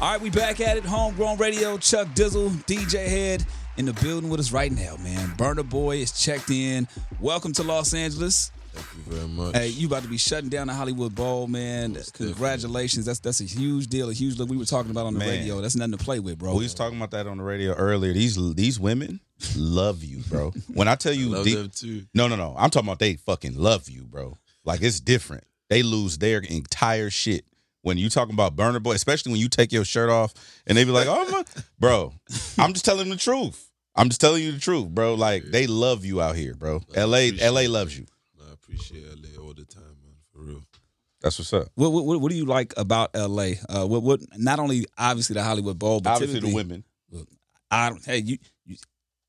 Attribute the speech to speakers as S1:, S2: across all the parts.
S1: All right, we back at it. Homegrown Radio, Chuck Dizzle, DJ Head in the building with us right now, man. Burner Boy is checked in. Welcome to Los Angeles.
S2: Thank you very much.
S1: Hey, you about to be shutting down the Hollywood Bowl, man. Congratulations. That's that's a huge deal, a huge look. We were talking about on the
S3: Man.
S1: radio. That's nothing to play with, bro.
S3: We was talking about that on the radio earlier. These these women love you, bro. When I tell you,
S2: Love
S3: the-
S2: them too.
S3: no, no, no. I'm talking about they fucking love you, bro. Like it's different. They lose their entire shit when you talking about burner boy, especially when you take your shirt off and they be like, "Oh my, bro, I'm just telling the truth. I'm just telling you the truth, bro. Like they love you out here, bro. L.A. L.A. loves you.
S2: I appreciate LA all the time, man. For real.
S3: That's what's up.
S1: what, what, what, what do you like about LA? Uh, what, what not only obviously the Hollywood Bowl, but
S3: Obviously, the
S1: typically-
S3: women.
S1: I don't, hey, you, you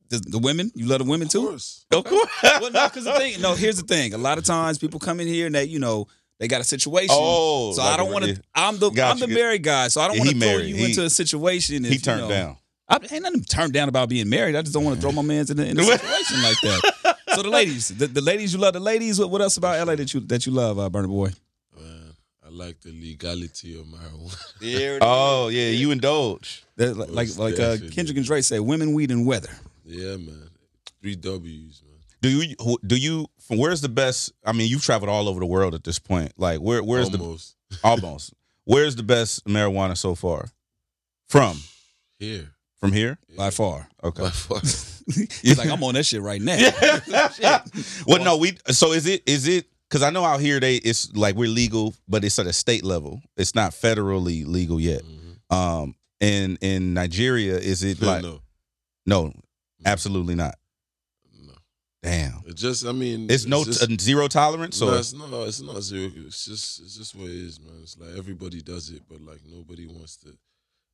S1: the, the women, you love the women
S2: Of
S1: too?
S2: course.
S1: Of course. well, no, because the thing, no, here's the thing. A lot of times people come in here and they, you know, they got a situation.
S3: Oh,
S1: so I
S3: like,
S1: don't want
S3: yeah.
S1: to. I'm the
S3: Got
S1: I'm
S3: you.
S1: the married guy, so I don't
S3: Yeah,
S1: want to
S3: he
S1: throw
S3: married.
S1: you
S3: He-
S1: into a situation. If,
S3: He turned
S1: you know,
S3: down.
S1: I, ain't nothing turned down about being married. I just don't want to throw my man's in a, in a situation like that. So the ladies, the, the ladies you love, the ladies. What, what else about LA that you that you love, uh, Burner Boy?
S2: Man, I like the legality of marijuana.
S3: Oh yeah, you indulge.
S1: That- like like, like uh,
S2: Definitely.
S1: Kendrick and Dre say, women, weed, and weather.
S2: yeah, man. Three W's, man.
S3: Do you who- do you from where's the best? I mean, you've traveled all over the world at this point. Like where where's
S2: Almost
S3: the almost where's the best marijuana so far? From
S2: here.
S3: from here?
S1: By far,
S3: Okay.
S2: By far.
S1: he's like, I'm on that shit right now.
S3: well, no, we so is it is it because I know out here they it's like we're legal, but it's at a state level. It's not federally legal yet.
S2: Mhm.
S3: Um, and in Nigeria, is it
S2: But
S3: like
S2: no.
S3: no, absolutely not.
S2: No.
S3: Damn,
S2: It just I mean
S3: it's no
S2: just-
S3: t- zero tolerance. So
S2: no, it's not. It's not zero. It's just. It's just what it is, man. It's like everybody does it, but like nobody wants to,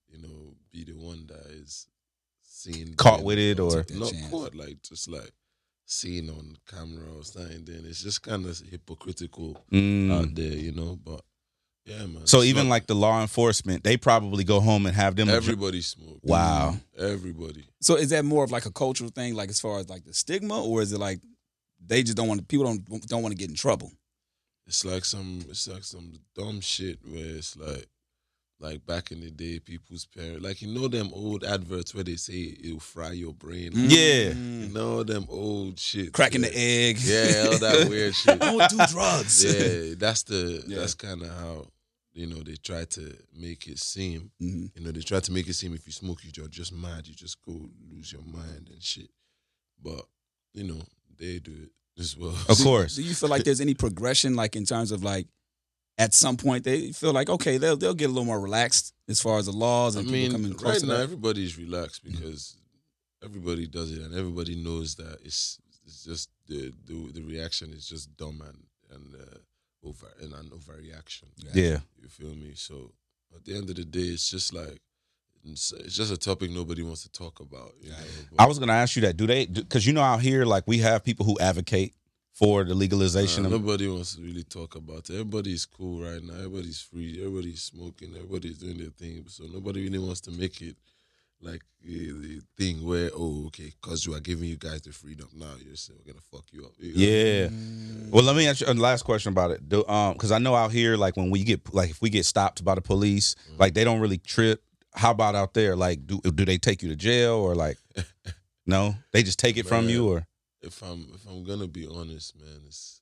S2: you know, be the one that is seen
S3: caught
S2: doing
S3: with it or
S1: That
S2: not
S1: chance.
S2: caught, like just like seen on camera or something. Then it's just kind of hypocritical
S3: Mm.
S2: out there, you know. But yeah, man.
S3: So
S2: it's
S3: even
S2: not-
S3: like the law enforcement, they probably go home and have them. a dr-
S2: everybody smoke.
S3: Wow.
S2: Everybody.
S1: So is that more of like a cultural thing, like as far as like the stigma, or is it like they just don't want people don't don't want to get in trouble?
S2: It's like some it's like some dumb shit where it's like like back in the day people's parents like you know them old adverts where they say it'll fry your brain.
S3: Yeah.
S2: You
S1: Mm.
S2: know them old shit.
S1: cracking
S2: yeah.
S1: the egg.
S2: Yeah, all that weird shit.
S1: don't do drugs.
S2: Yeah, that's the
S1: Yeah.
S2: that's kinda how, you know, they try to make it seem.
S1: Mhm.
S2: You know, they try to make it seem if you smoke, you're just mad. You just go lose your mind and shit. But, you know, they do it as well.
S3: Of course.
S1: Do you feel like there's any progression, like in terms of like at some point they feel like okay they'll they'll get a little more relaxed as far as the laws
S2: I
S1: and people
S2: mean,
S1: coming close
S2: right
S1: to
S2: now
S1: that?
S2: everybody's relaxed because everybody does it, and everybody knows that it's it's just the the, the reaction is just dumb and and uh, over and an overreaction.
S3: Yeah.
S2: you feel me? So at the end of the day, it's just like it's, it's just a topic nobody wants to talk about. You know?
S3: I was gonna ask you that. Do they? Because you know out here, like we have people who advocate for the
S2: But,
S3: legalization
S2: uh,
S3: of.
S2: nobody wants to really talk about it. Everybody's cool right now. Everybody's free. Everybody's smoking. Everybody's doing their thing. So nobody really wants to make it like eh, the thing where oh okay, cause you are giving you guys the freedom now. You're saying we're gonna fuck you up. You know?
S3: Yeah.
S1: Mm-hmm.
S3: Well, let me ask you a last question about it. Do, um, because I know out here, like when we get like if we get stopped by the police, like they don't really trip. How about out there? Like, do do they take you to jail or like? No, they just take it from you or.
S2: If I'm if I'm gonna be honest, man, it's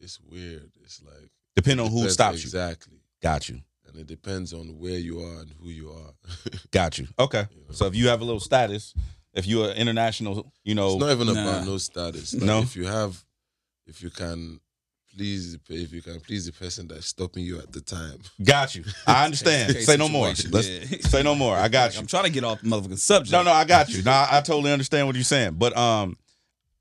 S2: it's weird. It's like
S3: Depending on who
S2: depends-
S3: stops you.
S2: exactly,
S3: Got you.
S2: and it depends on where you are and who you are.
S3: Got you. Okay. So if you have a little status, if you're international, you know,
S2: It's not even about
S1: Nah.
S2: no status. Like,
S3: No.
S2: If you have, if you can please, the pe- if you can please the person that's stopping you at the time.
S3: Got you. I understand.
S1: Case
S3: say no more.
S1: situation,
S3: Let's
S1: yeah.
S3: say no more. I got
S1: Like, I'm
S3: you.
S1: trying to get off the motherfucking subject.
S3: No, no, I got you. No, I, I totally understand what you're saying. But um,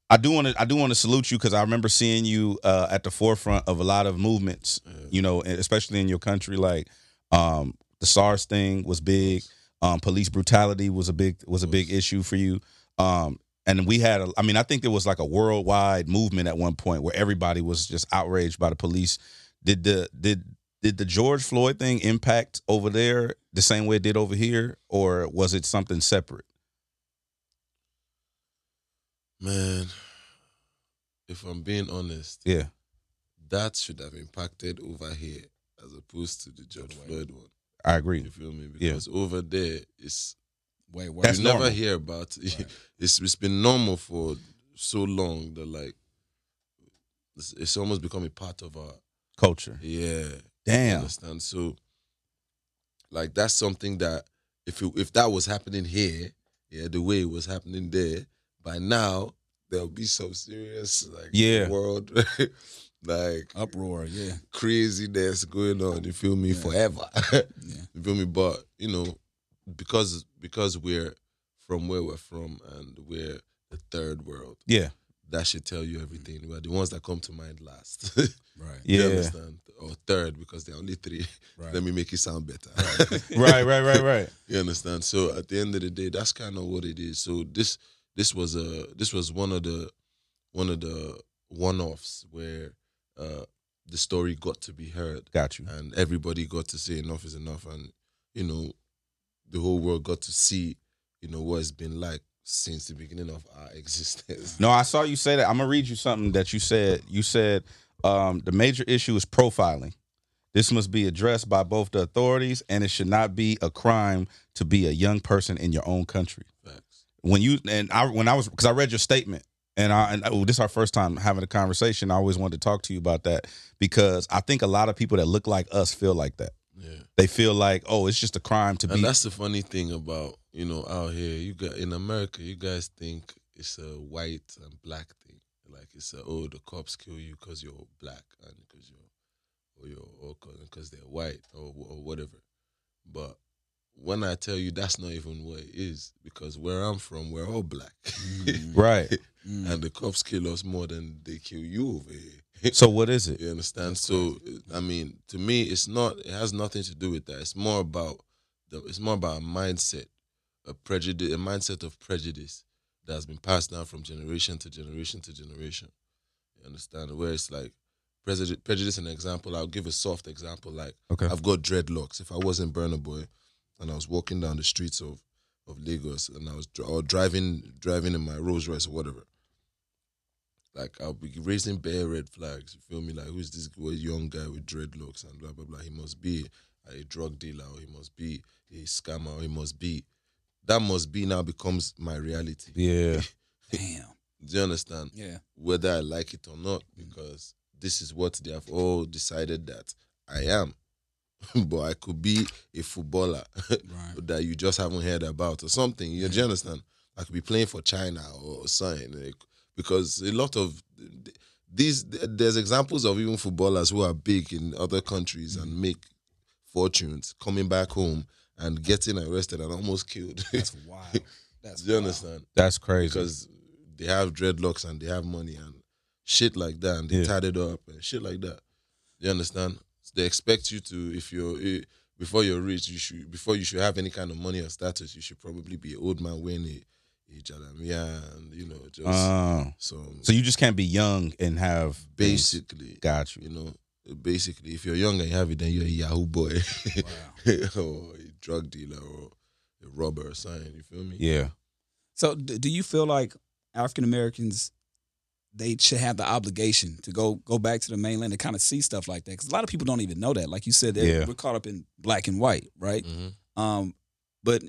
S3: I do want to I do want to salute you because I remember seeing you uh, at the forefront of a lot of movements. You know, and especially in your country, like um, the SARS thing was big. Um, police brutality was a big was a big issue for you. Um, and we had, a, I mean, I think there was like a worldwide movement at one point where everybody was just outraged by the police. Did the did did the George Floyd thing impact over there? the same way it did over here, or was it something separate?
S2: Man, if I'm being honest,
S3: Yeah.
S2: that should have impacted over here as opposed to the George Floyd one.
S3: I
S2: You
S3: agree.
S2: feel me?
S3: Hmm. Yeah.
S2: Because over there, it's
S1: Way worse.
S3: That's
S2: you never
S3: normal.
S2: hear about it. It's it's been normal for so long that like it's, it's almost become a part of our
S3: Culture.
S2: yeah. You
S3: Damn.
S2: understand? So like that's something that if it, if that was happening here, yeah, the way it was happening there, by now there'll be some serious like
S3: Yeah.
S2: world like
S1: Uproar, yeah.
S2: craziness going on. You feel me?
S1: Yeah.
S2: Forever.
S1: Yeah.
S2: You feel me? But you know, because because we're from where we're from and we're the third world,
S3: Yeah.
S2: that should tell you everything. We're the ones that come to mind last.
S1: Right.
S2: you
S3: Yeah.
S2: understand? Or third because there are only three.
S1: Right.
S2: Let me make it sound better.
S3: right. Right. Right. Right.
S2: You understand? So at the end of the day, that's kind of what it is. So this this was a this was one of the one of the one offs where uh the story got to be heard
S3: Got you.
S2: and everybody got to say enough is enough and you know the whole world got to see you know what it's been like since the beginning of our existence
S3: No, I saw you say that. I'm gonna read you something that you said. You said um, the major issue is profiling. This must be addressed by both the authorities, and it should not be a crime to be a young person in your own country.
S2: Facts.
S3: When you and I, when I was, because I read your statement, and I, and oh, this is our first time having a conversation. I always wanted to talk to you about that because I think a lot of people that look like us feel like that.
S2: yeah
S3: They feel like, oh, it's just a crime to
S2: and
S3: be.
S2: that's the funny thing about you know out here you got in america you guys think it's a white and black thing like it's a oh the cops kill you because you're black and because you're or you're or because they're white or, wh- or whatever but when i tell you that's not even what it is because where i'm from we're all black
S1: Mm,
S3: Right.
S1: mm.
S2: and the cops kill us more than they kill you over here.
S3: So what is it?
S2: you understand? So I mean, to me, it's not. It has nothing to do with that. It's more about the. It's more about a mindset, a prejudice, a mindset of prejudice that has been passed down from generation to generation to generation. You understand? Where it's like prejudice. Prejudice. An example. I'll give a soft example. Like
S3: Okay.
S2: I've got dreadlocks. If I wasn't Burner Boy, and I was walking down the streets of of Lagos, and I was dri- or driving driving in my Rolls Royce or whatever, like I'll be raising bare red flags. You feel me? Like who's this g- young guy with dreadlocks and blah blah blah? He must be a drug dealer, or he must be a scammer, or he must be. That must be now becomes my reality.
S3: Yeah.
S1: Damn.
S2: Do you understand?
S1: Yeah.
S2: whether I like it or not, because this is what they have all decided that I am. but I could be a footballer
S1: Right.
S2: that you just haven't heard about or something. You, do you understand? I could be playing for China or something. like, Because a lot of these, there's examples of even footballers who are big in other countries and make fortunes coming back home and getting arrested and almost killed. do
S1: That's wild. That's
S2: you
S1: wild.
S2: understand?
S3: That's crazy.
S2: because they have dreadlocks and they have money and shit like that and they
S3: Yeah.
S2: tied it up and shit like that. You understand? they expect you to if you're eh, before you're rich, you should before you should have any kind of money or status, you should probably be an old man wearing a, a jalamia and you know just
S3: Oh.
S2: some
S3: So you just can't be young and have things.
S2: basically
S3: Got
S2: you
S3: you.
S2: know basically if you're young and you have it then you're a yahoo boy
S1: Wow.
S2: or a drug dealer or a robber or something. You feel me?
S3: Yeah.
S1: So, d- do you feel like African Americans they should have the obligation to go go back to the mainland to kind of see stuff like that? Because a lot of people don't even know that. Like you said, they
S3: Yeah. Mm.
S1: we're caught up in black and white, right?
S2: Mhm.
S1: Um, but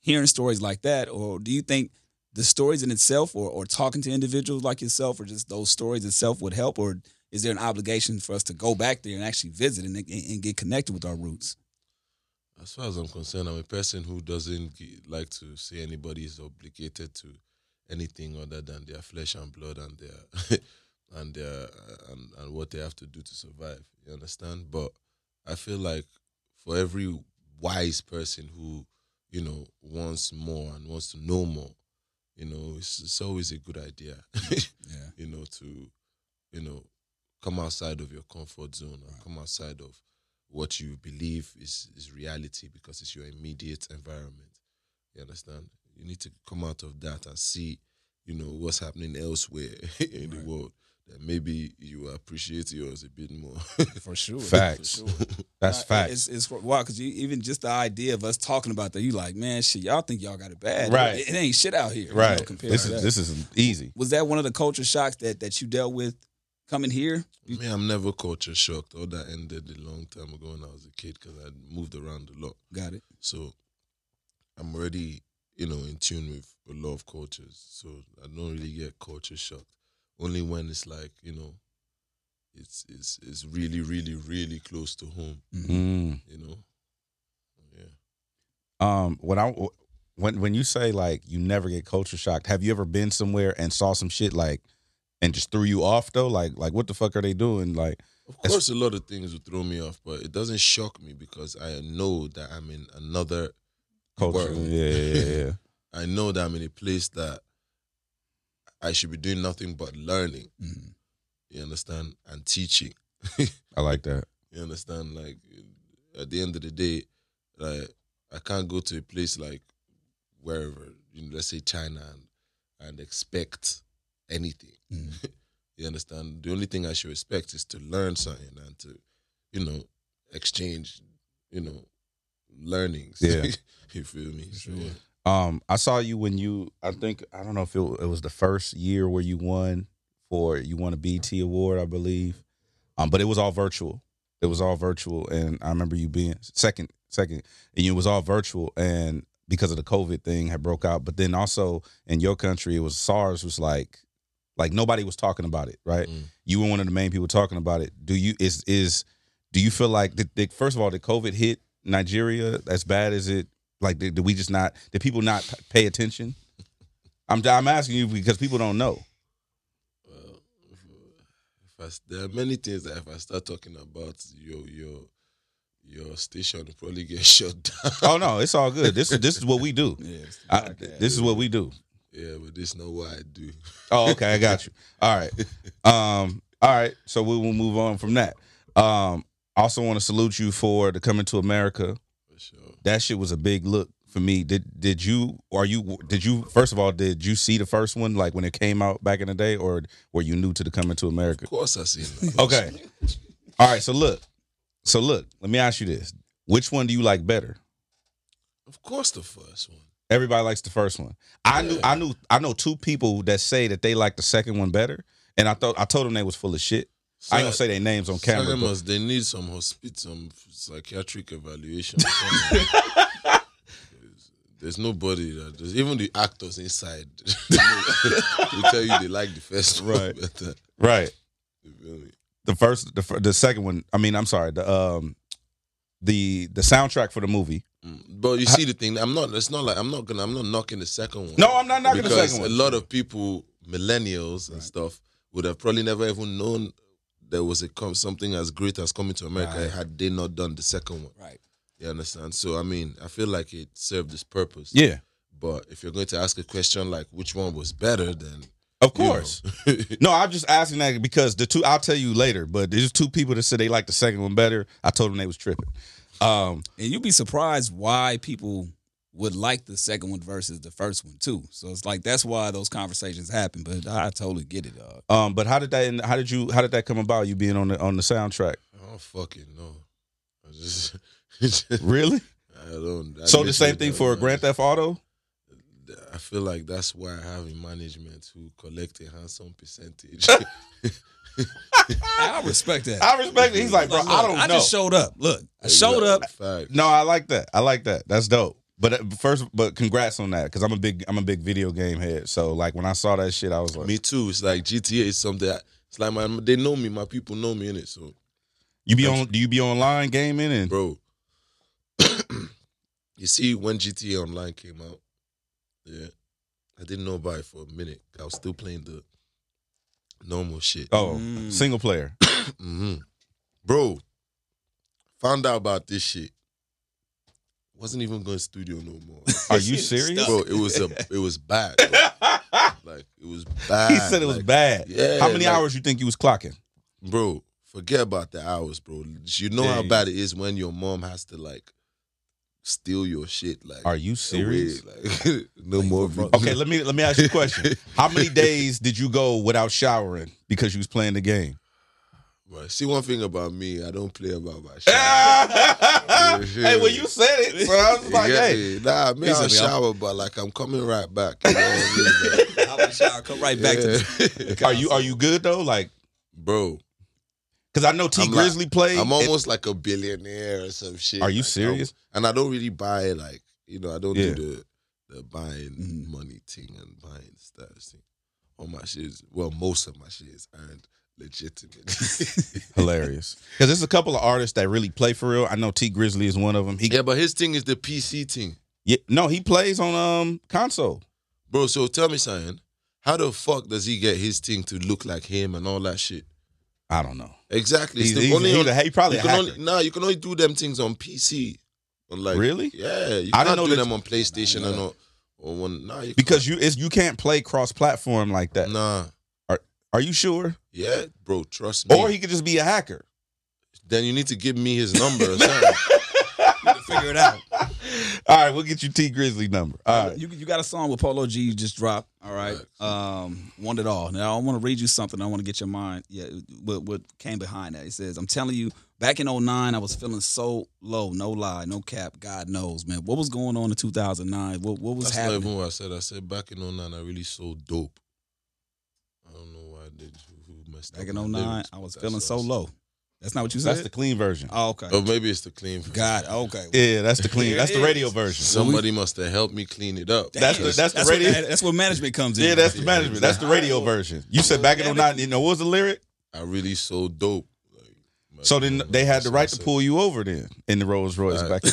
S1: hearing stories like that, or do you think the stories in itself, or or talking to individuals like yourself, or just those stories itself would help, or is there an obligation for us to go back there and actually visit and, and, and get connected with our roots?
S2: As far as I'm concerned, I'm a person who doesn't g- like to say anybody is obligated to anything other than their flesh and blood and their and their and, and what they have to do to survive. You understand? But I feel like for every wise person who you know wants more and wants to know more, you know, it's, it's always a good idea.
S1: Yeah,
S2: you know, to, you know, come outside of your comfort zone and come outside of what you believe is, is reality because it's your immediate environment. You understand? You need to come out of that and see, you know, what's happening elsewhere
S1: Right.
S2: in the world. that maybe you appreciate yours a bit more.
S1: for sure.
S3: Facts.
S1: For sure.
S3: That's
S1: Nah,
S3: facts.
S1: Uh, It's, it's for, wow, because you even just the idea of us talking about that, you like, man, shit, y'all think y'all got it bad,
S3: Right.
S1: It, it ain't shit out here, you know,
S3: right.
S1: compared
S3: This
S1: to
S3: is
S1: that.
S3: this is easy.
S1: was that one of the culture shocks that that you dealt with coming here?
S2: Me, I'm never culture shocked. All that ended a long time ago when I was a kid because I moved around a lot.
S1: Got it.
S2: So I'm already, you know, in tune with a lot of cultures. So I don't really get culture shocked. Only when it's like, you know, it's it's it's really, really, really close to home,
S1: Mm-hmm.
S3: Mm.
S2: you know. Yeah.
S3: Um, when I when when you say like you never get culture shocked, have you ever been somewhere and saw some shit like and just threw you off though? Like like what the fuck are they doing? Like
S2: Of course a lot of things would throw me off, but it doesn't shock me because I know that I'm in another
S3: culture.
S2: World.
S3: Yeah, yeah, yeah, yeah.
S2: I know that I'm in a place that I should be doing nothing but learning.
S1: Mhm.
S3: Mm-hmm.
S2: You understand? And teaching.
S3: I like that.
S2: You understand? Like at the end of the day, like I can't go to a place like wherever, you know, let's say China and, and expect anything.
S1: Mhm.
S2: You understand? The only thing I should expect is to learn something and to, you know, exchange, you know, learnings.
S3: Yeah.
S2: you feel me? So,
S1: Sure.
S2: yeah.
S3: Um, I saw you when you. I think I don't know if it, it was the first year where you won for you won a BT award, I believe. Um, but it was all virtual. It was all virtual, and I remember you being second, second, and it was all virtual, and because of the COVID thing had broke out. But then also in your country, it was SARS was like, like nobody was talking about it, right?
S2: Mm.
S3: You were one of the main people talking about it. Do you is is do you feel like did, did, first of all did COVID hit Nigeria as bad as it like did, did we just not did people not p- pay attention? I'm I'm asking you because people don't know.
S2: Well, if, if I, s- there are many things that if I start talking about your your your station will probably get shut down.
S3: Oh no, it's all good. This this is what we do.
S1: Yeah, it's the
S3: I,
S1: podcast.
S3: this is what we do.
S2: Yeah, but this not what I do.
S3: Oh, okay, I got you. All right. Um, all right. So we will move on from that. Um, also want to salute you for the coming to America.
S2: For sure.
S3: That shit was a big look for me. Did did you are you did you first of all did you see the first one like when it came out back in the day or were you new to the coming to America?
S2: Of course I seen that.
S3: Okay. All right. So look. So look. Let me ask you this: Which one do you like better?
S2: Of course the first one.
S3: Everybody likes the first one. I knew.
S2: Yeah.
S3: I knew. I know two people that say that they like the second one better, and I thought I told them they was full of shit. I ain't gonna say their names on camera.
S2: Some
S3: but-
S2: must- they need some hospital, some psychiatric evaluation. There's nobody that there's even the actors inside. they tell you they like the first one
S3: Right.
S2: better.
S3: right.
S2: You feel me?
S3: The first. The fir- the second one. I mean, I'm sorry. The um, the the soundtrack for the movie.
S2: Mm, But you see the thing, I'm not. It's not like I'm not gonna. I'm not knocking the second one.
S3: No, I'm not knocking
S2: because
S3: the second one.
S2: a lot of people, millennials and stuff, would have probably never even known there was a com- something as great as coming to America
S3: Right.
S2: had they not done the second one.
S1: right.
S2: You understand? So I mean, I feel like it served its purpose.
S3: Yeah.
S2: But if you're going to ask a question like which one was better, then
S3: Of
S2: you know.
S3: course. No, I'm just asking that because the two. I'll tell you later. But there's two people that said they like the second one better. I told them they was tripping. Um.
S1: And you'd be surprised why people would like the second one versus the first one too. So it's like that's why those conversations happen. But I totally get it. Uh,
S3: Um, but how did that? How did you? How did that come about? You being on the on the soundtrack?
S2: I don't oh, fucking know. I just,
S3: Really?
S2: I don't. I
S3: so the
S2: literally
S3: same thing
S2: don't
S3: for a
S2: know.
S3: Grand Theft Auto?
S2: I feel like that's why I have a management who collect a handsome percentage.
S1: I respect that.
S3: I respect it. He's like, bro,
S1: Like,
S3: I
S1: look,
S3: don't
S1: I
S3: know.
S1: just showed up. Look, I showed up.
S2: Fact.
S3: no, I like that. I like that. That's dope. But uh, first, but congrats on that because I'm a big I'm a big video game head. So like when I saw that shit, I was like,
S2: Me too. It's like GTA is something. I, it's like my they know me. My people know me in it. So
S3: you be on? Do you be online gaming and?
S2: bro. you see, when GTA Online came out, yeah, I didn't know about it for a minute. I was still playing the normal shit.
S3: Oh,
S1: Mm.
S3: single player.
S2: hmm Bro, found out about this shit. Wasn't even going studio no more.
S3: Are you serious?
S2: bro, it was a, it was bad. bro. Like it was bad.
S3: he said it was
S2: Like,
S3: bad.
S2: Yeah,
S3: how many
S2: like-
S3: hours you think you was clocking?
S2: bro. Forget about the hours, bro. You know how
S3: Dang.
S2: bad it is when your mom has to like steal your shit. Like,
S3: Are you serious?
S2: away, Like, no more. videos.
S3: Okay, let me let me ask you a question. How many days did you go without showering because you was playing the game?
S2: But see one thing about me, I don't play about my shit.
S3: hey, when you said it, bro, I was like,
S2: yeah,
S3: hey,
S2: yeah. nah, me, I'll
S3: Listen, y'all-
S2: shower, but like I'm coming right back. You know what I mean?
S1: I would shower. Come right back to the
S2: Yeah.
S3: are you are you good though? Like,
S2: bro?
S3: because I know T
S2: I'm like-
S3: Grizzly played.
S2: I'm almost like a billionaire or some shit.
S3: Are you
S2: Like,
S3: serious?
S2: I'm- and I don't really buy like you know I don't
S3: Yeah. Mm-hmm.
S2: do the the buying
S1: Mhm.
S2: money thing and buying stars thing. All my shit is well, most of my shit is earned legitimate.
S3: hilarious because there's a couple of artists that really play for real. I know T Grizzly is one of them. He
S2: yeah, but his thing is the PC thing,
S3: yeah, no, he plays on um console.
S2: bro. So tell me, Cyan, how the fuck does he get his thing to look like him and all that shit?
S3: I don't know.
S2: Exactly. It's
S3: He's,
S2: the
S3: he's-
S2: only
S3: he's
S2: on-
S3: a- he probably
S2: you
S3: a
S2: can
S3: hacker.
S2: only, nah, you can only do them things on PC. Unlike,
S3: Really?
S2: Yeah, you
S3: I didn't
S2: can't
S3: know
S2: do
S3: that-
S2: them on PlayStation
S1: Nah,
S2: and on, on one. Nah, you
S3: because you it's, you can't play cross platform like that.
S2: can't. nah,
S3: Are you sure?
S2: yeah, bro, trust me.
S3: Or he could just be a hacker.
S2: then you need to give me his number or something.
S1: to figure it out.
S3: All right, we'll get you T Grizzly number. All right.
S1: You, you got a song with Polo G you just dropped. All right,
S2: Facts.
S1: um, want it all. Now I want to read you something. I want to get your mind. Yeah, what what came behind that? It says, "I'm telling you, back in 09, I was feeling so low. No lie, no cap. God knows, man. What was going on in 2009? What what was
S2: That's not
S1: happening?
S2: even what I said. I said back in 09, I really sold dope. I don't know why I did who messed
S1: Back
S2: up
S1: in
S3: oh
S2: my
S1: 09,
S2: lyrics,
S1: I
S2: but
S1: was
S2: that's
S1: feeling
S2: what
S1: so
S2: I said.
S1: low. That's not what you said.
S3: That's the clean version.
S1: oh, okay.
S2: Or maybe it's the clean. version.
S1: God. Okay.
S3: Yeah, that's the clean.
S1: There
S3: That's
S1: it
S3: the radio
S1: is.
S3: version.
S2: Somebody must have helped me clean it up.
S3: That's
S1: Damn.
S3: the- that's the
S1: what-
S3: radio-
S1: that's where management comes in.
S3: yeah, that's the management. That's the radio
S1: Oh.
S3: version. You said back in 09, you know, what was the lyric?
S2: I really sold dope. Like,
S3: So then they had the
S2: so I
S3: right to
S2: said-
S3: pull you over then in the Rolls Royce
S2: Right.
S3: back in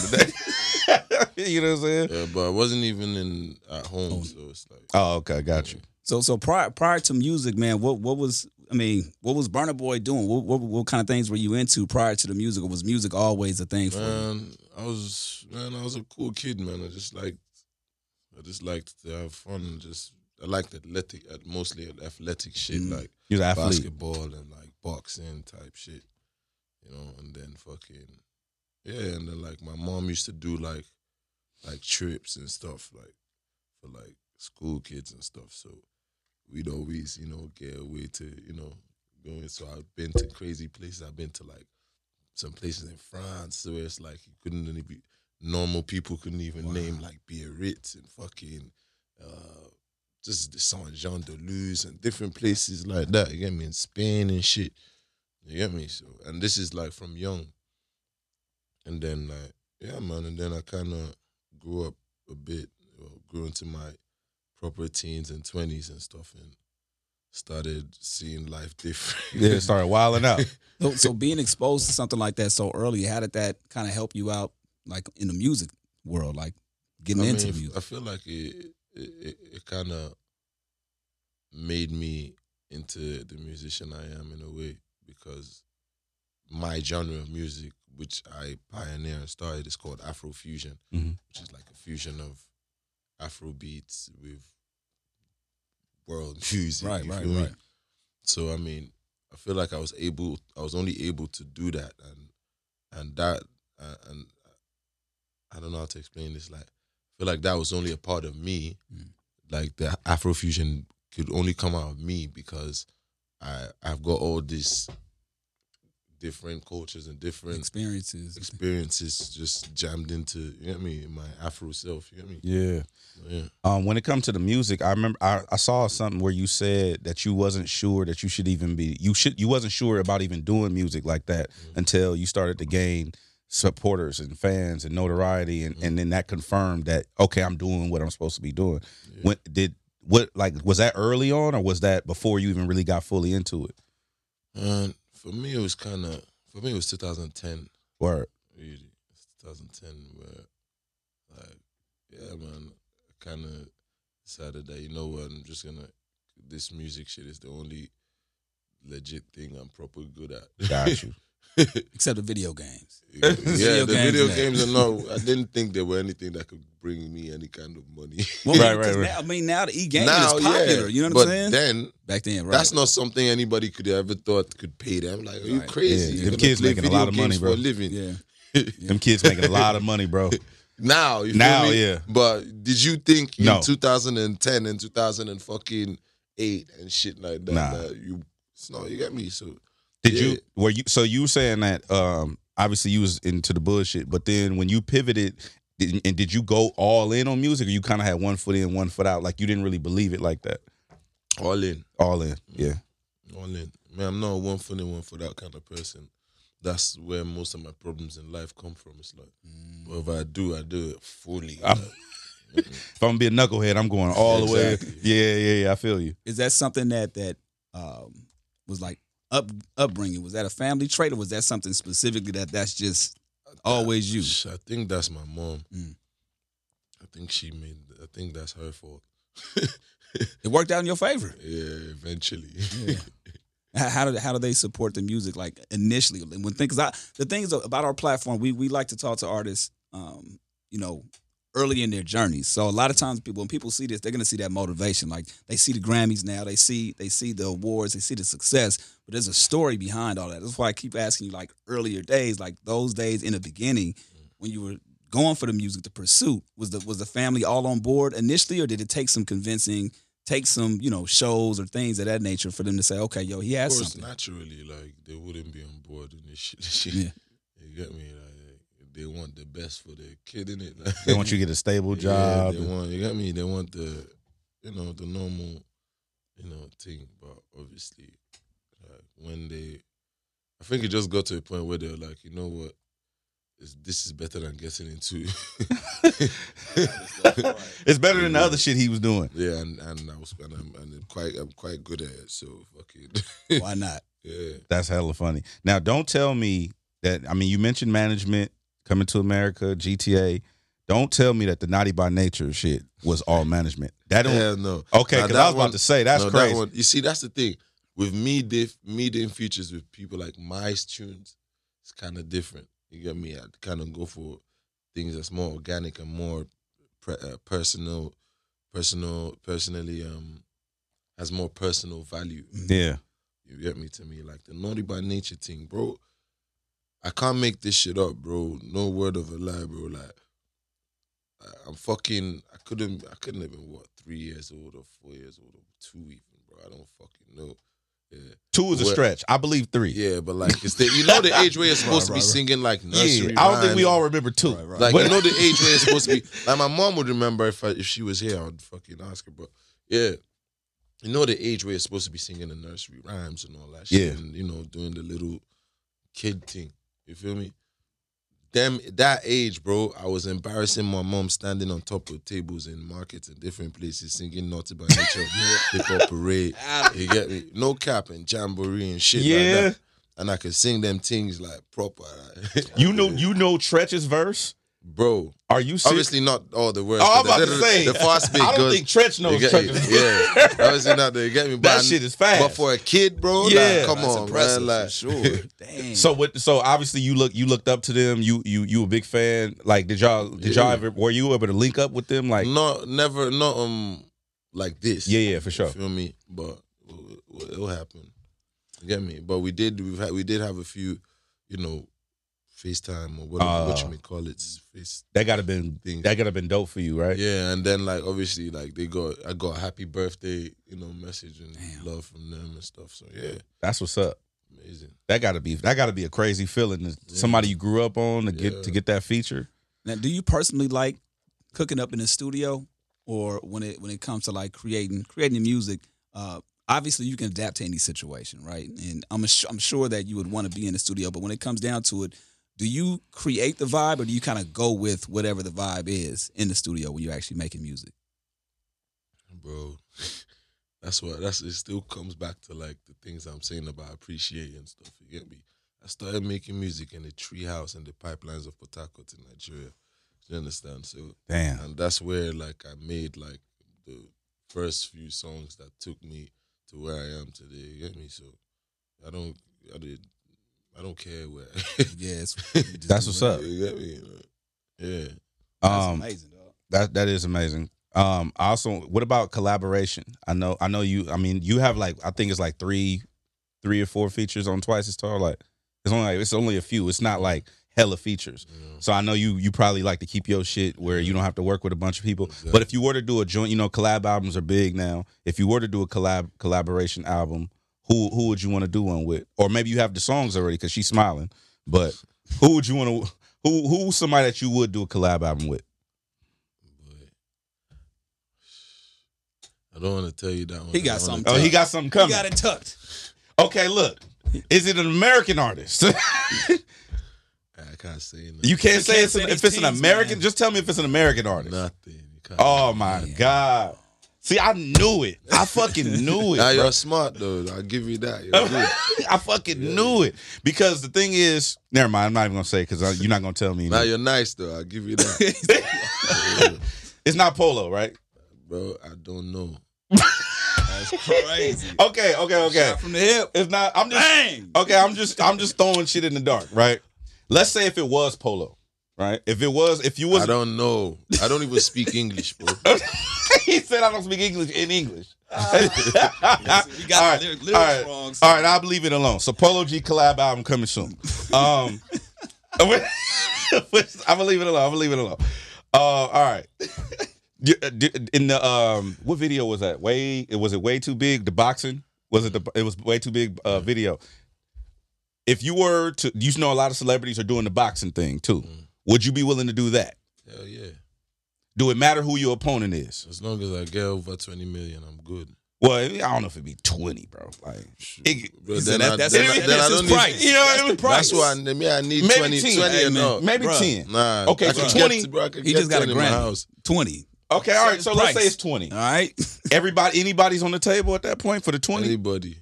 S3: the day. you know what I'm saying?
S2: Yeah, but I wasn't even in at home, so it's like
S3: Oh, okay, got you.
S1: So so prior prior to music, man, what what was I mean, what was Burner Boy doing? What, what what kind of things were you into prior to the music? Or was music always a thing for you?
S2: man, Um, I was man, I was a cool kid, man. I just liked, I just liked to have fun. Just I liked athletic, uh, mostly athletic shit
S1: Mm.
S2: like
S3: You're an athlete.
S2: basketball and like boxing type shit, you know. And then fucking yeah, and then like my mom used to do like like trips and stuff like for like school kids and stuff. So we'd always you know get away to you know going. So I've been to crazy places. I've been to like some places in France where it's like you couldn't really be normal people couldn't even name like Biarritz and fucking uh just the Saint Jean de Luz and different places like that. You get me in Spain and shit. You get me? So and this is like from young. And then like yeah man, and then I kinda grew up a bit, well, grew into my proper teens and twenties and stuff and started seeing life different.
S3: Yeah, started wilding out.
S1: So, so being exposed to something like that so early, how did that kind of help you out, like in the music world, like getting into
S2: mean,
S1: music?
S2: I feel like it it, it, it kind of made me into the musician I am in a way because my genre of music, which I pioneer and started, is called Afrofusion,
S1: Mm-hmm.
S3: Mhm.
S2: which is like a fusion of Afro beats with world music.
S1: right,
S2: you
S1: right,
S2: feel me?
S1: right.
S2: So I mean, I feel like I was able, I was only able to do that, and and that, uh, and I don't know how to explain this. Like, I feel like that was only a part of me.
S1: Mm.
S2: Like the Afrofusion could only come out of me because I I've got all these different cultures and different
S1: Experiences.
S2: experiences just jammed into you know what I mean my Afro self. You know what I mean?
S3: yeah.
S2: Yeah.
S3: Um, when it comes to the music, I remember I, I saw something where you said that you wasn't sure that you should even be you should you wasn't sure about even doing music like that
S2: Mhm.
S3: until you started to gain supporters and fans and notoriety and, and then that confirmed that okay I'm doing what I'm supposed to be doing.
S2: Yeah.
S3: When did what like was that early on or was that before you even really got fully into it?
S2: And for me, it was kind of for me it was 2010.
S3: Or
S2: really. It's 2010 where, like, yeah, man, I kind of decided that, you know what, I'm just going to, this music shit is the only legit thing I'm proper good at.
S3: got you.
S1: Except the video games.
S2: yeah,
S1: Video
S2: the
S1: games,
S2: video
S1: man.
S2: games are not, I didn't think there were anything that could bring me any kind of money.
S1: Well,
S3: Right, right,
S1: 'cause
S3: right.
S1: Now, I mean, now the e game is popular. You know what
S2: but
S1: I'm saying?
S2: then,
S1: Back then, right?
S2: that's not something anybody could have ever thought could pay them. Like, are you
S1: Right.
S2: crazy?
S3: Yeah,
S2: You're
S3: them
S2: gonna
S3: kids
S2: play
S3: making a
S2: video
S3: lot of money,
S2: games
S3: bro.
S2: For a living.
S1: yeah.
S3: Them kids making a lot of money, bro.
S2: now. You feel
S3: Now,
S2: me?
S3: yeah.
S2: But did you think
S3: No.
S2: in 2010 and 2008 and shit like that
S3: Nah.
S2: that you? No, you get me. So
S3: Did
S2: Yeah.
S3: you were you so you were saying that um obviously you was into the bullshit, but then when you pivoted did, and did you go all in on music or you kind of had one foot in, one foot out? Like you didn't really believe it like that.
S2: all in.
S3: All
S2: Mm.
S3: in. Yeah.
S2: All in. Man, I'm not a one for in, one for that kind of person. That's where most of my problems in life come from. It's like whatever I do, I do it fully.
S3: I'm-
S2: Like,
S3: If I'm gonna be a knucklehead, I'm going all the way.
S2: Exactly.
S3: Yeah, yeah, yeah. I feel you.
S1: Is that something that that um, was like up upbringing? Was that a family trait, or was that something specifically that that's just always you?
S2: I think that's my mom.
S1: Mm.
S2: I think she made. I think that's her fault.
S1: It worked out in your favor.
S2: Yeah, eventually.
S1: How, how do how do they support the music like initially? And When things I the things about our platform, we we like to talk to artists, um, you know, early in their journeys. So a lot of times people when people see this, they're gonna see that motivation. Like they see the Grammys now, they see they see the awards, they see the success, but there's a story behind all that. That's why I keep asking you like earlier days, like those days in the beginning when you were going for the music, the pursuit was the was the family all on board initially, or did it take some convincing, take some you know shows or things of that nature for them to say, okay, yo, he
S2: of
S1: has
S2: course,
S1: something.
S2: naturally, like they wouldn't be on board in this shit.
S1: Yeah.
S2: You get me? Like they want the best for their kid in it. Like,
S3: They want you to get a stable job.
S2: Yeah, they want you got me. They want the you know the normal you know thing, but obviously like when they, I think it just got to a point where they're like, you know what, it's, this is better than getting into.
S3: it's better than the other shit he was doing.
S2: yeah, and and I was and I'm, and I'm quite I'm quite good at it, so fuck it.
S1: Why not?
S2: yeah,
S3: That's hella funny. Now, don't tell me that. I mean, you mentioned management coming to America, GTA. Don't tell me that the naughty by nature shit was all management. That don't.
S2: yeah, no.
S3: Okay,
S2: Now,
S3: because
S2: that
S3: I was
S2: one-
S3: about to say that's
S2: No, that
S3: crazy.
S2: one- you see, that's the thing with me. Diff, me doing features with people like my tunes, it's kind of different. You get me? I kind of go for things that's more organic and more pre- uh, personal, personal, personally um has more personal value.
S3: yeah,
S2: You get me? To me, like the naughty by nature thing, bro. I can't make this shit up, bro. No word of a lie, bro. Like. I- I'm fucking. I couldn't. I couldn't even. What three years old or four years old or two even, bro. I don't fucking know. Yeah.
S3: two is a
S2: Well-
S3: stretch. I believe three. Yeah,
S2: Yeah, but like it's the you know the age where you're supposed to be
S1: Right, right, right.
S2: singing like nursery.
S3: I don't think we
S2: rhymes.
S3: all remember two.
S1: Right, right.
S2: like
S3: but-
S2: you know the age where you're supposed to be. Like my mom would remember if I, if she was here, I'd fucking ask her. But yeah, you know the age where you're supposed to be singing the nursery rhymes and all that shit.
S3: Yeah.
S2: and you know doing the little kid thing. You feel me? Them that age, bro. I was embarrassing my mom standing on top of tables in markets and different places singing "Naughty by Nature" hip hop parade. You get me? No cap and jamboree and shit
S3: Yeah.
S2: like that. And I could sing them things like proper. like-
S3: You know, you know Tretch's verse.
S2: bro.
S3: Are you serious?
S2: Obviously not all the words.
S3: Oh, I'm
S2: but
S3: about
S2: the,
S3: to say
S2: the fast bit
S3: I don't
S2: goes.
S3: think Tretch
S2: you
S3: knows
S2: get-
S3: Tretch's verse.
S2: yeah, obviously not. There, you get me? But, I-
S3: That shit is fast.
S2: but for a kid, bro, like,
S3: Yeah.
S2: come
S1: That's
S2: on,
S1: impressive
S2: man. Like,
S1: for sure. Dang.
S3: So what? So obviously you look you looked up to them. You you you a big fan. Like did y'all did y'all
S2: Yeah.
S3: ever were you able to link up with them? Like
S2: not never, not um, like this.
S3: yeah yeah for sure.
S2: You feel me? But it'll- it'll happen. You get me? But we did. We've had. We did have a few. You know, FaceTime or whatever
S3: Uh,
S2: what you may call it. Face.
S3: That gotta been
S2: Things.
S3: that gotta been dope for you, right?
S2: Yeah, and then like obviously like they got I got a happy birthday, you know, message and
S1: Damn.
S2: love from them and stuff. So yeah,
S3: That's what's up.
S2: amazing.
S3: That gotta be that gotta be a crazy feeling. to- Somebody you grew up on to get
S2: Yeah.
S3: to get that feature.
S1: now, do you personally like cooking up in the studio, or when it when it comes to like creating creating music? Uh, obviously, you can adapt to any situation, right? And I'm ass- I'm sure that you would want to be in the studio, but when it comes down to it. Do you create the vibe, or do you kind of go with whatever the vibe is in the studio when you're actually making music?
S2: bro. That's what that's it still comes back to like the things I'm saying about appreciating stuff. You get me? I started making music in the treehouse and the pipelines of Port Harcourt in Nigeria. You understand? So
S3: Damn.
S2: and that's where like I made like the first few songs that took me to where I am today. You get me? So I don't I did I don't care where
S1: Yes,
S3: That's what's up.
S2: you get me? Like, yeah.
S3: Um
S1: amazing, dog.
S3: that that is amazing. Um also what about collaboration? I know I know you I mean you have like I think it's like three three or four features on twice as tall. Like it's only like, it's only a few. It's not like hella features.
S2: Yeah.
S3: So I know you you probably like to keep your shit where
S1: Mm-hmm.
S3: you don't have to work with a bunch of people.
S2: Exactly.
S3: But if you were to do a joint, you know, collab albums are big now. If you were to do a collab collaboration album, who who would you want to do one with? Or maybe you have the songs already because she's smiling. But who would you want to? Who who's somebody that you would do a collab album with?
S2: But I don't want to tell you that one.
S1: He
S2: I
S1: got
S2: wanna
S1: something.
S2: tell-
S3: Oh, he got something coming.
S1: You got it tucked.
S3: Okay, look. Is it an American artist?
S2: I can't say nothing.
S3: you can't say
S1: can't
S3: it's
S1: say
S3: an,
S1: these
S3: if it's an
S1: teams,
S3: American.
S1: man.
S3: Just tell me if it's an American artist.
S2: nothing. You can't-
S3: Oh my
S1: Yeah.
S3: god! See, I knew it. I fucking knew it.
S2: Nah,
S3: bro.
S2: you're smart though. I'll give you that. You're good.
S3: I fucking
S2: Yeah.
S3: knew it because the thing is, never mind. I'm not even gonna say because you're not gonna tell me.
S2: now you're nice though. I'll give you that. Yeah,
S3: It's not Polo, right?
S2: bro, I don't know.
S1: That's crazy.
S3: Okay, okay, okay.
S1: Shot from the hip.
S3: It's not. I'm just
S1: Bang.
S3: okay. I'm just. I'm just throwing shit in the dark, right? Let's say if it was Polo, right? If it was, if you
S2: I
S3: was,
S2: don't know. I don't even speak English, bro.
S3: he said I don't speak English in English.
S2: Ah.
S1: We
S3: All right,
S1: got the lyric- lyrics
S3: all right,
S1: wrong. so-
S3: All right, I'll leave it alone. So Polo G collab album coming soon. Um, I'm gonna leave it alone. I'm gonna leave it alone. Uh, all right. You- uh, d- In the um, what video was that? Way it was it way too big. The boxing was it? The it was way too big uh, video. If you were to, you know, a lot of celebrities are doing the boxing thing too.
S2: Mm.
S3: Would you be willing to do that?
S2: Hell yeah.
S3: Do it matter who your opponent is?
S2: As long as I get over 20 million, I'm good.
S3: Well, I don't know if it'd be twenty, bro. Like, it,
S2: Bro,
S1: He said
S2: then
S1: that-
S2: I,
S1: that's
S2: then
S1: his-
S2: I- then
S1: that's
S2: I
S1: his
S2: don't need-
S1: price.
S3: you know what I mean?
S2: That's why I, me, I need
S3: Maybe
S2: 20,
S3: 10,
S2: 20 and
S3: hey, man.
S2: up.
S3: maybe
S1: Bruh.
S3: ten.
S2: Nah.
S3: Okay,
S2: I
S3: so
S2: could
S3: 20
S2: Get, bro, I could
S1: He
S2: get
S1: just got a
S2: 10 in my
S1: Grammy.
S2: house.
S1: Twenty.
S3: Okay, all right.
S1: Set
S3: So
S1: the
S3: let's say
S1: price.
S3: it's twenty.
S1: All right.
S3: Everybody, anybody's on the table at that point for the twenty.
S2: Anybody.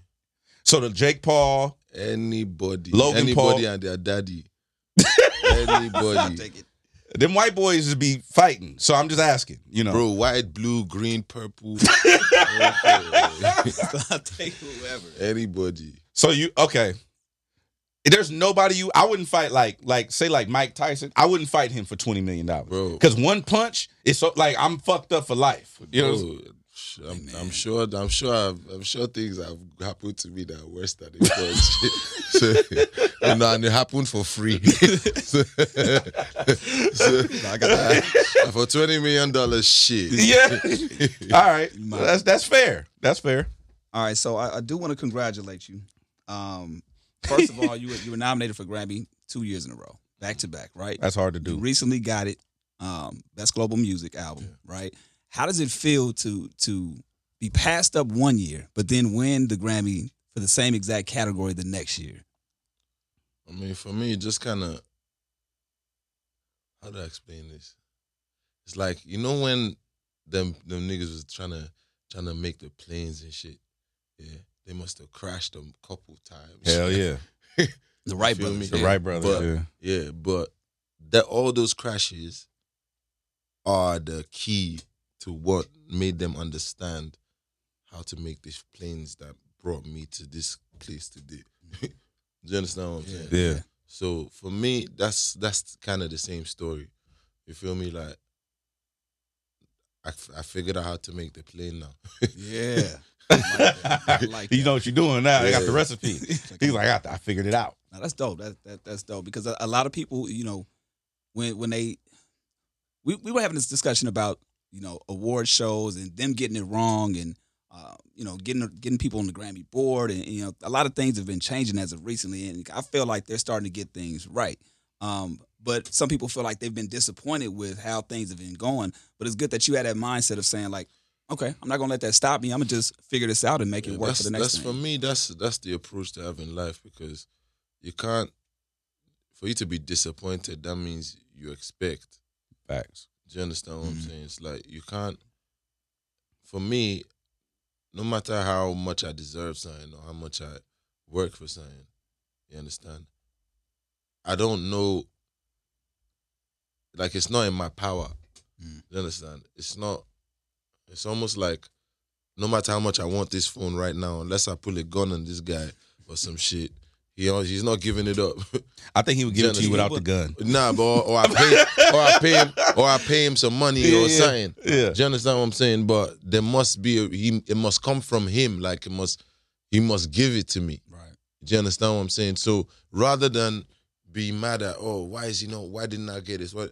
S3: So the Jake Paul,
S2: Anybody.
S3: Logan
S2: anybody
S3: Paul.
S2: and their daddy.
S1: I'll
S2: Anybody.
S1: take it.
S3: them white boys just be fighting. So I'm just asking, you know.
S2: Bro, white, blue, green, purple. Okay.
S1: I'll take whoever.
S2: Anybody.
S3: So you okay? There's nobody you. I wouldn't fight like like say like Mike Tyson. I wouldn't fight him for twenty million dollars
S2: Bro.
S3: because one punch is so like I'm fucked up for life. You know.
S2: Bro, sh- I'm, I'm sure. I'm sure. I've, I'm sure things have happened to me that are worse than it was. so, and, and it happened for free. so, so, I got for twenty million dollars, shit.
S3: Yeah. all right.
S1: You might-
S3: That's that's fair. That's fair.
S1: All right, so I, I do want to congratulate you. Um, first of all, you were, you were nominated for Grammy two years in a row, back to back, right?
S3: That's hard to
S1: You
S3: do.
S1: recently got it, um, best global music album, right? How does it feel to to be passed up one year, but then win the Grammy for the same exact category the next year?
S2: I mean, for me, it just kind of. How do I explain this? It's like you know when them them niggas was trying to trying to make the planes and shit. Yeah, they must have crashed them a couple times.
S3: Hell yeah.
S1: The Wright
S2: feel me?
S1: brothers,
S3: The
S1: yeah.
S3: Wright brothers.
S2: But-
S3: yeah.
S2: Yeah, but that all those crashes are the key to what made them understand how to make these planes that brought me to this place today. Do you understand what I'm saying?
S3: Yeah.
S2: So for me, that's that's kind of the same story. You feel me? Like I, f- I figured out how to make the plane now.
S1: yeah. I like
S3: you
S1: that.
S3: know what you're doing now. They got the
S2: Yeah.
S3: recipe. He's like, I, I figured it out.
S1: Now that's dope. That, that that's dope because a, a lot of people, you know, when when they we, we were having this discussion about you know award shows and them getting it wrong and uh, you know getting getting people on the Grammy board and, you know a lot of things have been changing as of recently and I feel like they're starting to get things right. Um, but some people feel like they've been disappointed with how things have been going. But it's good that you had that mindset of saying like, okay, I'm not gonna let that stop me. I'm gonna just figure this out and make it
S2: Yeah,
S1: work
S2: that's,
S1: for the next.
S2: that's
S1: thing.
S2: for me that's that's the approach to have in life because you can't for you to be disappointed that means you expect
S3: Facts.
S2: do you understand what i'm
S3: Mm.
S1: Mhm.
S2: saying it's like you can't for me no matter how much i deserve something or how much i work for something you understand i don't know like it's not in my power
S1: Mm.
S2: you understand it's not it's almost like no matter how much I want this phone right now, unless I pull a gun on this guy or some shit, he al- he's not giving it up.
S3: I think he would give it to you
S2: Genesis.
S3: without the gun.
S2: nah, but or, or I pay or I pay him or I pay him some money
S3: Yeah,
S2: or
S3: yeah.
S2: something.
S3: Yeah.
S2: Do you understand what I'm saying? But there must be a, he it must come from him. Like it must he must give it to me.
S1: right.
S2: Do you understand what I'm saying? So rather than be mad at oh why is he not why didn't I get this what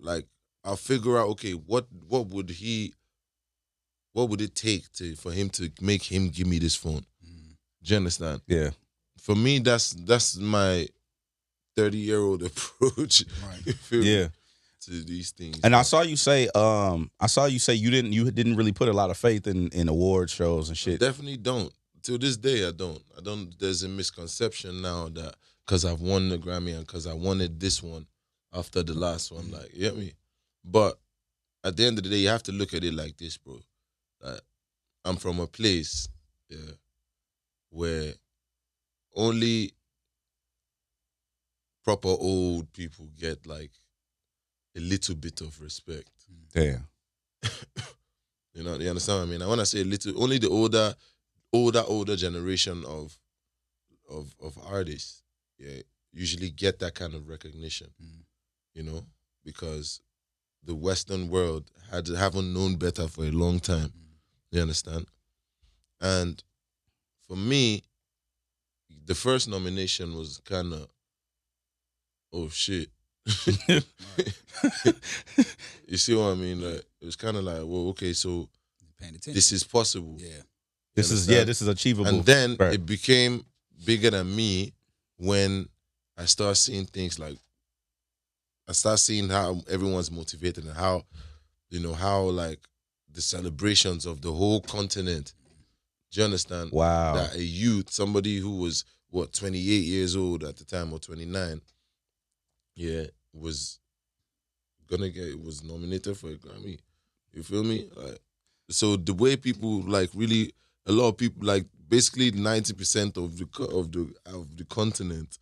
S2: like I'll figure out okay what what would he what would it take to for him to make him give me this phone do you understand
S3: Yeah.
S2: for me that's that's my 30 year old approach
S1: Mm-hmm. Right.
S2: you feel me,
S3: Yeah.
S2: to these things
S3: And I saw you say, um, I saw you say you didn't you didn't really put a lot of faith in in award shows and shit.
S2: Definitely don't. To this day, I don't. I don't. There's a misconception now that because I've won the Grammy and because I wanted this one after the last one, like you get me. But at the end of the day, you have to look at it like this, bro. Like I'm from a place yeah, where only proper old people get like a little bit of respect.
S3: Yeah.
S2: You know, you understand what I mean? I want to say little, only the older, older, older generation of, of, of artists, yeah, usually get that kind of recognition.
S1: Mm.
S2: You know, because the Western world had haven't known better for a long time.
S1: Mm-hmm.
S2: You understand? And for me, the first nomination was kind of, oh shit. you see what I mean? Like, it was kind of like, well, okay, so
S1: Paying attention.
S2: this is possible.
S1: yeah.
S3: This is
S2: understand?
S3: yeah, this is achievable.
S2: And then
S3: Right.
S2: it became bigger than me when I start seeing things like I start seeing how everyone's motivated and how you know how like the celebrations of the whole continent. Do you understand?
S3: wow.
S2: That a youth, somebody who was what 28 years old at the time or 29, yeah, was gonna get was nominated for a Grammy. You feel me? Like, so the way people like really a lot of people like basically 90% of the co- of the of the continent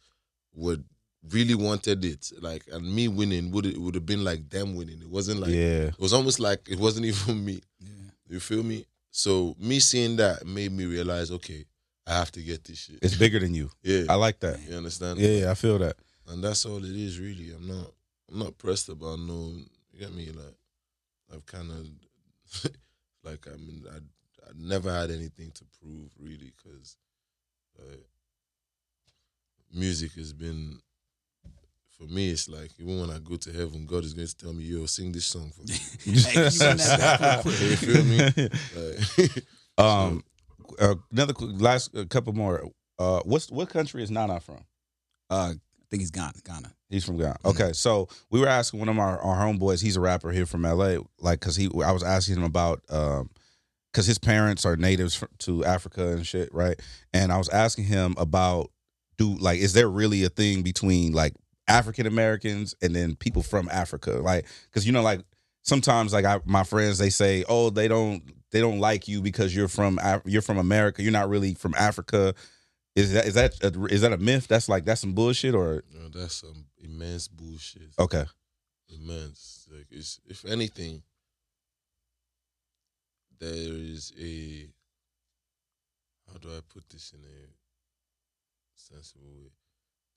S2: would really wanted it like and me winning would it would have been like them winning it wasn't like
S3: yeah.
S2: it was almost like it wasn't even me
S1: Yeah.
S2: you feel me so me seeing that made me realize okay i have to get this shit
S3: It's bigger than you.
S2: yeah
S3: I like that.
S2: you understand
S3: Yeah, I feel that.
S2: and that's all it is really i'm not i'm not pressed about no you get me like i've kind of like i mean i i never had anything to prove really because like, music has been for me it's like even when i go to heaven god is going to tell me yo sing this song for me
S1: Hey, can you run that back real quick?
S2: You feel me? like,
S3: Um, uh, another qu- last a couple more. Uh, what's what country is Nana from?
S1: Uh, I think he's gone. Ghana.
S3: He's from Ghana. Okay, so we were asking one of our, our homeboys. He's a rapper here from LA. Like, cause he, I was asking him about, um, cause his parents are natives fr- to Africa and shit, right? And I was asking him about, do like, is there really a thing between like African Americans and then people from Africa, like, cause you know, like sometimes like I, my friends they say, oh, they don't they don't like you because you're from Af- you're from America. You're not really from Africa. Is that is that a, is that a myth? That's like that's some bullshit or
S2: no, that's some immense bullshit.
S3: okay.
S2: immense. Like it's if anything, there is a how do I put this in a sensible way?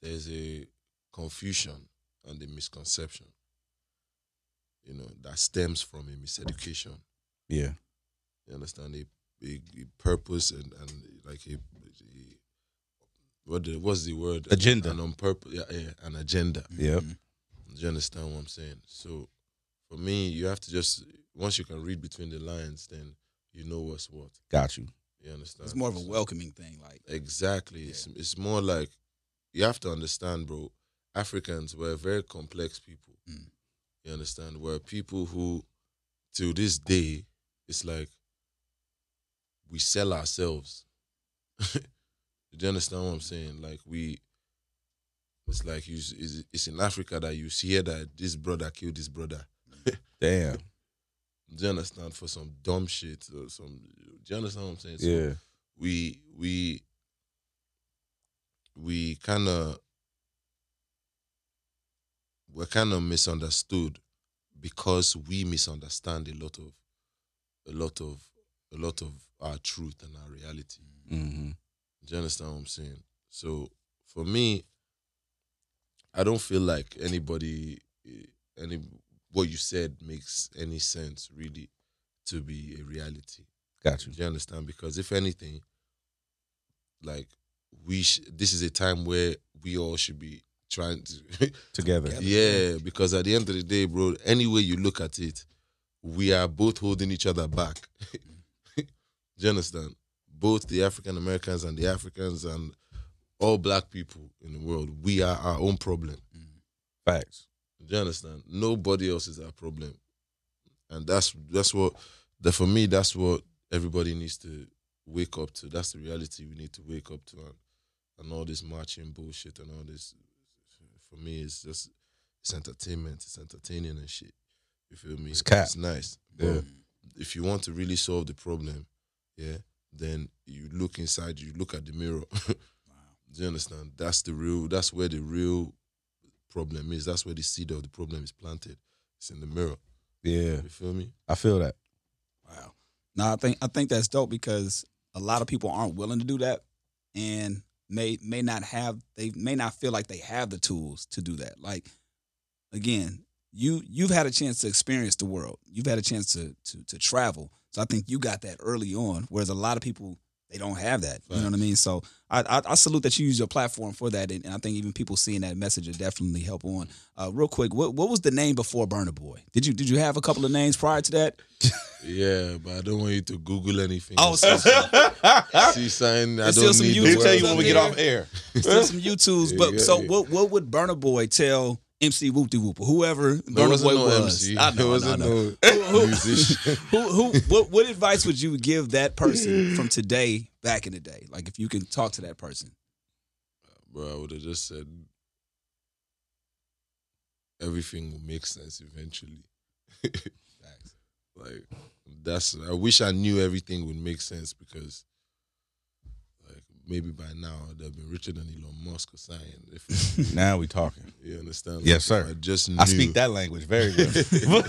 S2: There's a confusion and a misconception, you know, that stems from a miseducation.
S3: Yeah.
S2: You understand a, a, a purpose and, and like a, a what the, what's the word
S3: Agenda.
S2: and on purpose yeah, yeah an agenda.
S3: Yep.
S1: Mhm.
S2: Do you understand what I'm saying? So for me, you have to just once you can read between the lines, then you know what's what.
S3: Got you.
S2: You understand?
S1: It's more of a
S2: So-
S1: welcoming thing. Like,
S2: Exactly. It's it's more like you have to understand, bro. Africans were very complex people.
S1: Mm.
S2: You understand? We're people who, to this day, it's like we sell ourselves. Do you understand what I'm saying? Like we, it's like you. It's, it's in Africa that you hear that this brother killed this brother.
S3: Damn.
S2: Do you understand? For some dumb shit or some. Do you understand what I'm saying? So
S3: Yeah.
S2: we we we kind of we're kind of misunderstood because we misunderstand a lot of a lot of a lot of our truth and our reality.
S3: Mm-hmm.
S2: Do you understand what I'm saying? So for me, I don't feel like anybody, eh, any what you said makes any sense really to be a reality.
S3: Got you.
S2: Do you understand? Because if anything, like we, sh- this is a time where we all should be trying to
S3: together.
S2: yeah because at the end of the day bro any way you look at it we are both holding each other back do you understand both the african americans and the africans and all black people in the world we are our own problem
S3: Facts.
S2: do you understand? Nobody else is our problem, and that's that's what that for me. That's what everybody needs to wake up to. That's the reality we need to wake up to, and and all this marching bullshit and all this for me is just it's entertainment. It's entertaining and shit. You feel me?
S3: It's cap.
S2: nice.
S3: Yeah.
S2: But if you want to really solve the problem, yeah, then you look inside. You look at the mirror.
S1: mm-hmm.
S2: Do you understand? That's the real. That's where the real problem is. That's where the seed of the problem is planted. It's in the mirror.
S3: Yeah,
S2: You feel me?
S3: I feel that.
S1: Wow. No, I think I think that's dope because a lot of people aren't willing to do that and may may not have they may not feel like they have the tools to do that. Like again, you you've had a chance to experience the world. You've had a chance to to to travel. So I think you got that early on, whereas a lot of people they don't have that. You know what I mean? So I, I I salute that you use your platform for that, and, and I think even people seeing that message will definitely help on. Uh, real quick, what what was the name before Burner Boy? Did you did you have a couple of names prior to that?
S2: Yeah, but I don't want you to Google anything.
S1: Oh, so-
S2: see, sign. I
S1: There's still
S2: don't
S1: some
S2: need
S1: YouTube
S2: the
S3: He'll
S2: world.
S3: tell you when we get
S1: Yeah.
S3: off air.
S1: still some YouTubes.
S2: Yeah,
S1: But
S2: yeah,
S1: so
S2: yeah.
S1: what? What would Burner Boy tell MC Whoop De Whoop or whoever
S2: There
S1: Burner
S2: wasn't
S1: Boy
S2: no
S1: was?
S2: MC.
S1: I know,
S2: There
S1: I
S2: wasn't
S1: know.
S2: no musician.
S1: Who? Who? What? What advice would you give that person from today, back in the day? Like if you can talk to that person.
S2: Bro, I would have just said everything will make sense eventually. Like that's I wish I knew everything would make sense because like maybe by now I'd have been richer than Elon Musk or something. If
S3: Now we talking.
S2: you understand? Like,
S3: Yes, sir.
S2: if I just knew.
S3: I speak that language very well.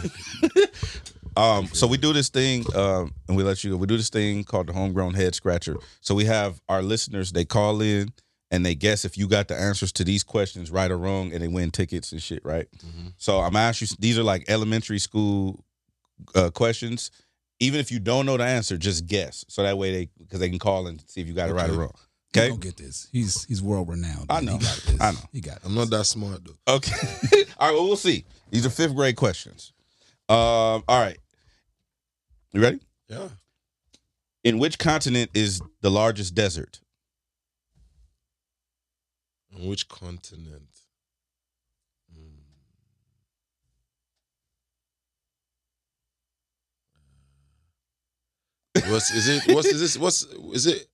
S3: um, so we do this thing, um, and we let you. go. We do this thing called the homegrown head scratcher. So we have our listeners. They call in and they guess if you got the answers to these questions right or wrong, and they win tickets and shit. Right.
S2: Mhm.
S3: So I'm gonna ask you. These are like elementary school uh, questions. Even if you don't know the answer, just guess. So that way they because they can call and see if you got it right or
S2: Okay.
S3: wrong.
S1: He
S3: Okay.
S1: gonna get this. He's he's world renowned.
S3: I
S1: man.
S3: know.
S1: He got this.
S3: I know.
S1: He got. This.
S2: I'm not that smart though.
S3: Okay. all right. Well, we'll see. These are fifth grade questions. Um. All right. You ready?
S2: Yeah.
S3: In which continent is the largest desert?
S2: On which continent? Mm. Uh, What's is it? What's is this? What's is it?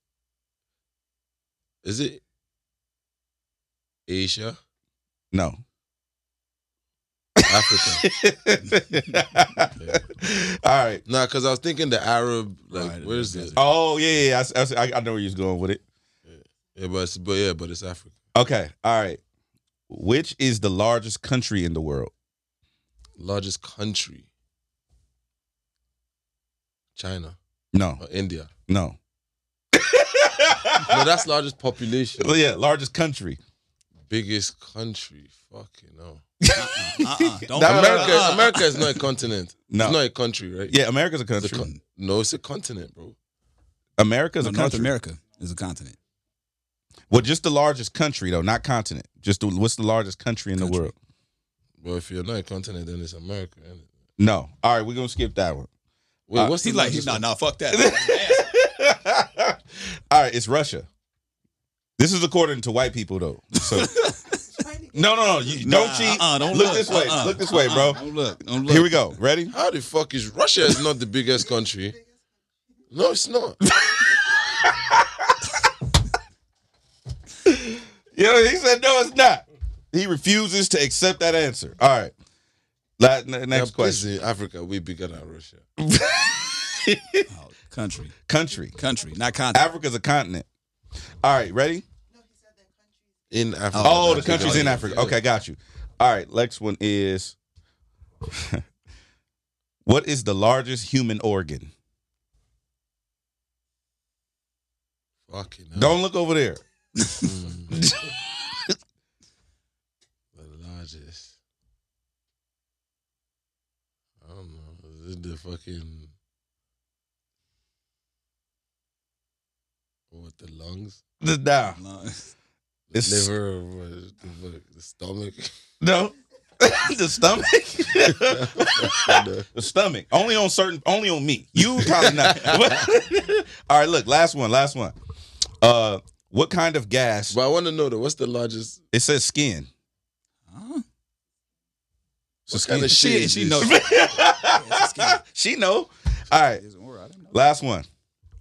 S2: Is it Asia,
S3: No.
S2: Africa?
S3: all right.
S2: nah, because I was thinking the Arab. Like,
S1: Right,
S2: where's
S1: the
S2: this?
S3: Oh yeah, yeah. yeah. I s- I, s- I- I know where you was going with it.
S2: Yeah, but it's, but yeah, but it's Africa.
S3: Okay. All right. Which is the largest country in the world?
S2: Largest country. China
S3: No.
S2: or India?
S3: No.
S2: No, that's largest population.
S3: Well, yeah, largest country.
S2: biggest country. Fucking no.
S1: Uh-uh. Don't
S3: That- uh,
S2: America,
S1: uh-uh.
S2: America is not a continent.
S3: No.
S2: It's not a country, right?
S3: Yeah, America's a
S2: It's a
S3: country.
S2: con- no, it's a continent, bro.
S3: America's
S1: No,
S3: a
S1: North
S3: country.
S1: America is a continent.
S3: Well, just the largest country though, not continent. Just the, what's the largest country in the
S1: Country.
S3: world?
S2: But if you're not a continent, then it's America. Isn't it?
S3: No. All right, we're gonna skip that one.
S2: Wait,
S3: Uh,
S2: what's
S1: He's
S2: the
S1: like, he's
S2: largest
S1: not. No, fuck that.
S3: All right, it's Russia. This is according to white people though. So no, no, no. You, don't
S1: Nah,
S3: cheat.
S1: uh-uh, don't
S3: look, this way.
S1: Uh-uh.
S3: Look this way, bro.
S1: Don't look. Don't look.
S3: Here we go. Ready?
S2: one? How the fuck is Russia is not the biggest country? No, it's not.
S3: Yeah, he said no, it's not. He refuses to accept that answer. All right. La- n- next
S2: That place
S3: question.
S2: in Africa way bigger than Russia.
S1: Oh, country,
S3: Country.
S1: country, not continent.
S3: Africa's a continent. All right, ready?
S2: In Africa.
S3: Oh, the
S2: Africa,
S3: country's in
S2: yeah.
S3: Africa. Okay, got you. All right, next one is What is the largest human organ?
S2: Fucking hell.
S3: Don't look over there.
S2: Mm. the largest. I don't know. Is it the fucking what the lungs?
S3: Nah.
S1: No.
S2: The
S3: It's-
S2: liver, what, the, fuck, the stomach.
S3: No. the stomach. the stomach. Only on certain only on me. You probably not. All right, look, last one, last one. Uh what kind of gas?
S2: But I want to know though, what's the largest?
S3: It says skin.
S1: Huh?
S2: So
S3: It's a
S2: kind of
S1: She-
S2: shit. is
S1: she
S2: this?
S1: knows. it's a skin.
S3: she know. All right.
S1: There's more, I didn't know.
S3: Last one.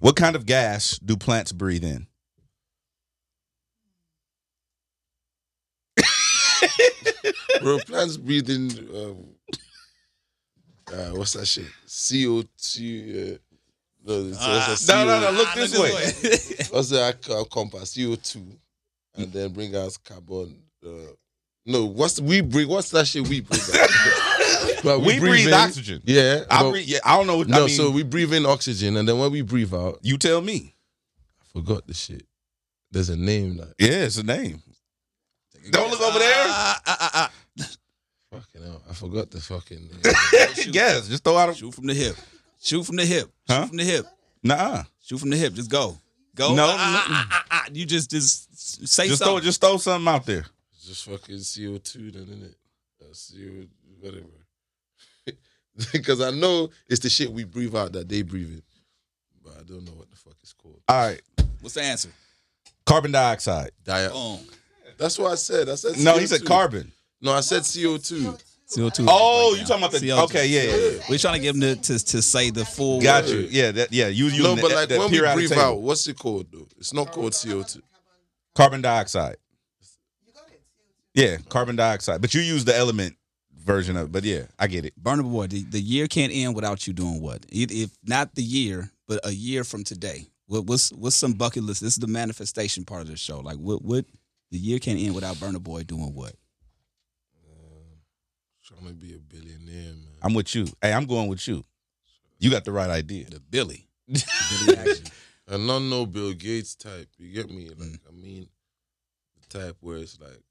S3: What kind of gas do plants breathe in?
S2: Bro, plants breathing. Um, uh, what's that shit? CO two. Uh, no, it's, what's that?
S3: Ah, no, no,
S2: CO2?
S3: no, look this way.
S2: What's that uh, compass? CO two, and then bring us carbon. Uh, no, what's we bring? What's that shit we bring? Well,
S3: We breathe
S2: in-
S3: oxygen.
S2: Yeah,
S3: I
S2: but-
S3: breathe, yeah, I don't know.
S2: No,
S3: I mean,
S2: so we breathe in oxygen, and then when we breathe out,
S3: you tell me.
S2: I forgot the shit. There's a name that
S3: Yeah, it's a name.
S1: Don't
S3: look over there. ah,
S2: fucking hell. I forgot the fucking name.
S1: Shoot.
S3: Gas. Just throw out a
S1: Shoot from the hip. Shoot from the hip. Shoot
S3: Huh?
S1: from the hip.
S3: nah.
S1: Shoot from the hip. Just go. Go.
S3: No,
S1: Ah, ah, ah, ah, ah. You just just s- say
S3: Just throw
S1: something.
S3: just throw something out there.
S2: It's just fucking CO two, then isn't it? Uh, CO whatever. Because I know it's the shit we breathe out that they breathe in, but I don't know what the fuck it's called.
S3: All right.
S1: What's the answer?
S3: Carbon dioxide.
S2: Dia-
S1: Boom.
S2: That's what I said. I said
S3: No, he said
S2: CO2.
S3: carbon.
S2: No, I said CO two.
S1: CO2.
S3: Oh, you talking about the
S1: CO2.
S3: Okay, yeah, yeah. yeah.
S1: We're trying to give them to, to, to say the full
S3: Got
S1: word.
S3: you. Yeah, that yeah, you you
S2: No, but
S3: that-
S2: like
S3: that
S2: when we
S3: periodic
S2: breathe
S3: table.
S2: out, what's it called though? It's not called CO two.
S3: carbon dioxide. Yeah, carbon dioxide. But you use the element version of it. But yeah, I get it.
S1: Burnable boy, the, the year can't end without you doing what? If if not the year, but a year from today. What, what's what's some bucket list? This is the manifestation part of the show. Like what what the year can't end without Burner Boy doing what?
S2: Trying to be a billionaire, man.
S3: I'm with you. Hey, I'm going with you. You got the right idea.
S1: The Billy. Billy action. Mm.
S2: And not no Bill Gates type. You get me? Like I mean, the type where it's like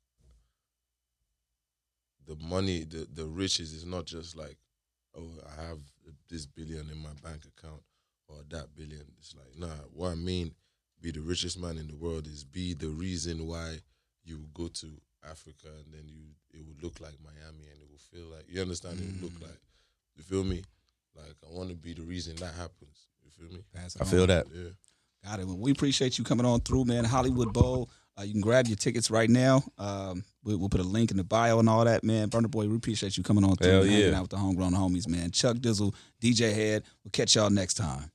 S2: the money, the the riches is not just like, oh, I have this billion in my bank account or that billion. It's like, nah. What I mean, be the richest man in the world is be the reason why you go to Africa and then you it would look like Miami and it will feel like you understand it would look
S1: Mm.
S2: like. You feel me? Like I want to be the reason that happens. You feel me?
S1: Pass it
S3: I
S1: on.
S3: feel that.
S2: Yeah.
S1: Got it. Well, we appreciate you coming on through, man. Hollywood Bowl. Uh, you can grab your tickets right now. Um, we, we'll put a link in the bio and all that, man. Burner Boy, we appreciate you coming on through
S3: Hell
S1: and
S3: yeah.
S1: hanging out with the homegrown homies, man. Chuck Dizzle, DJ Head. We'll catch y'all next time.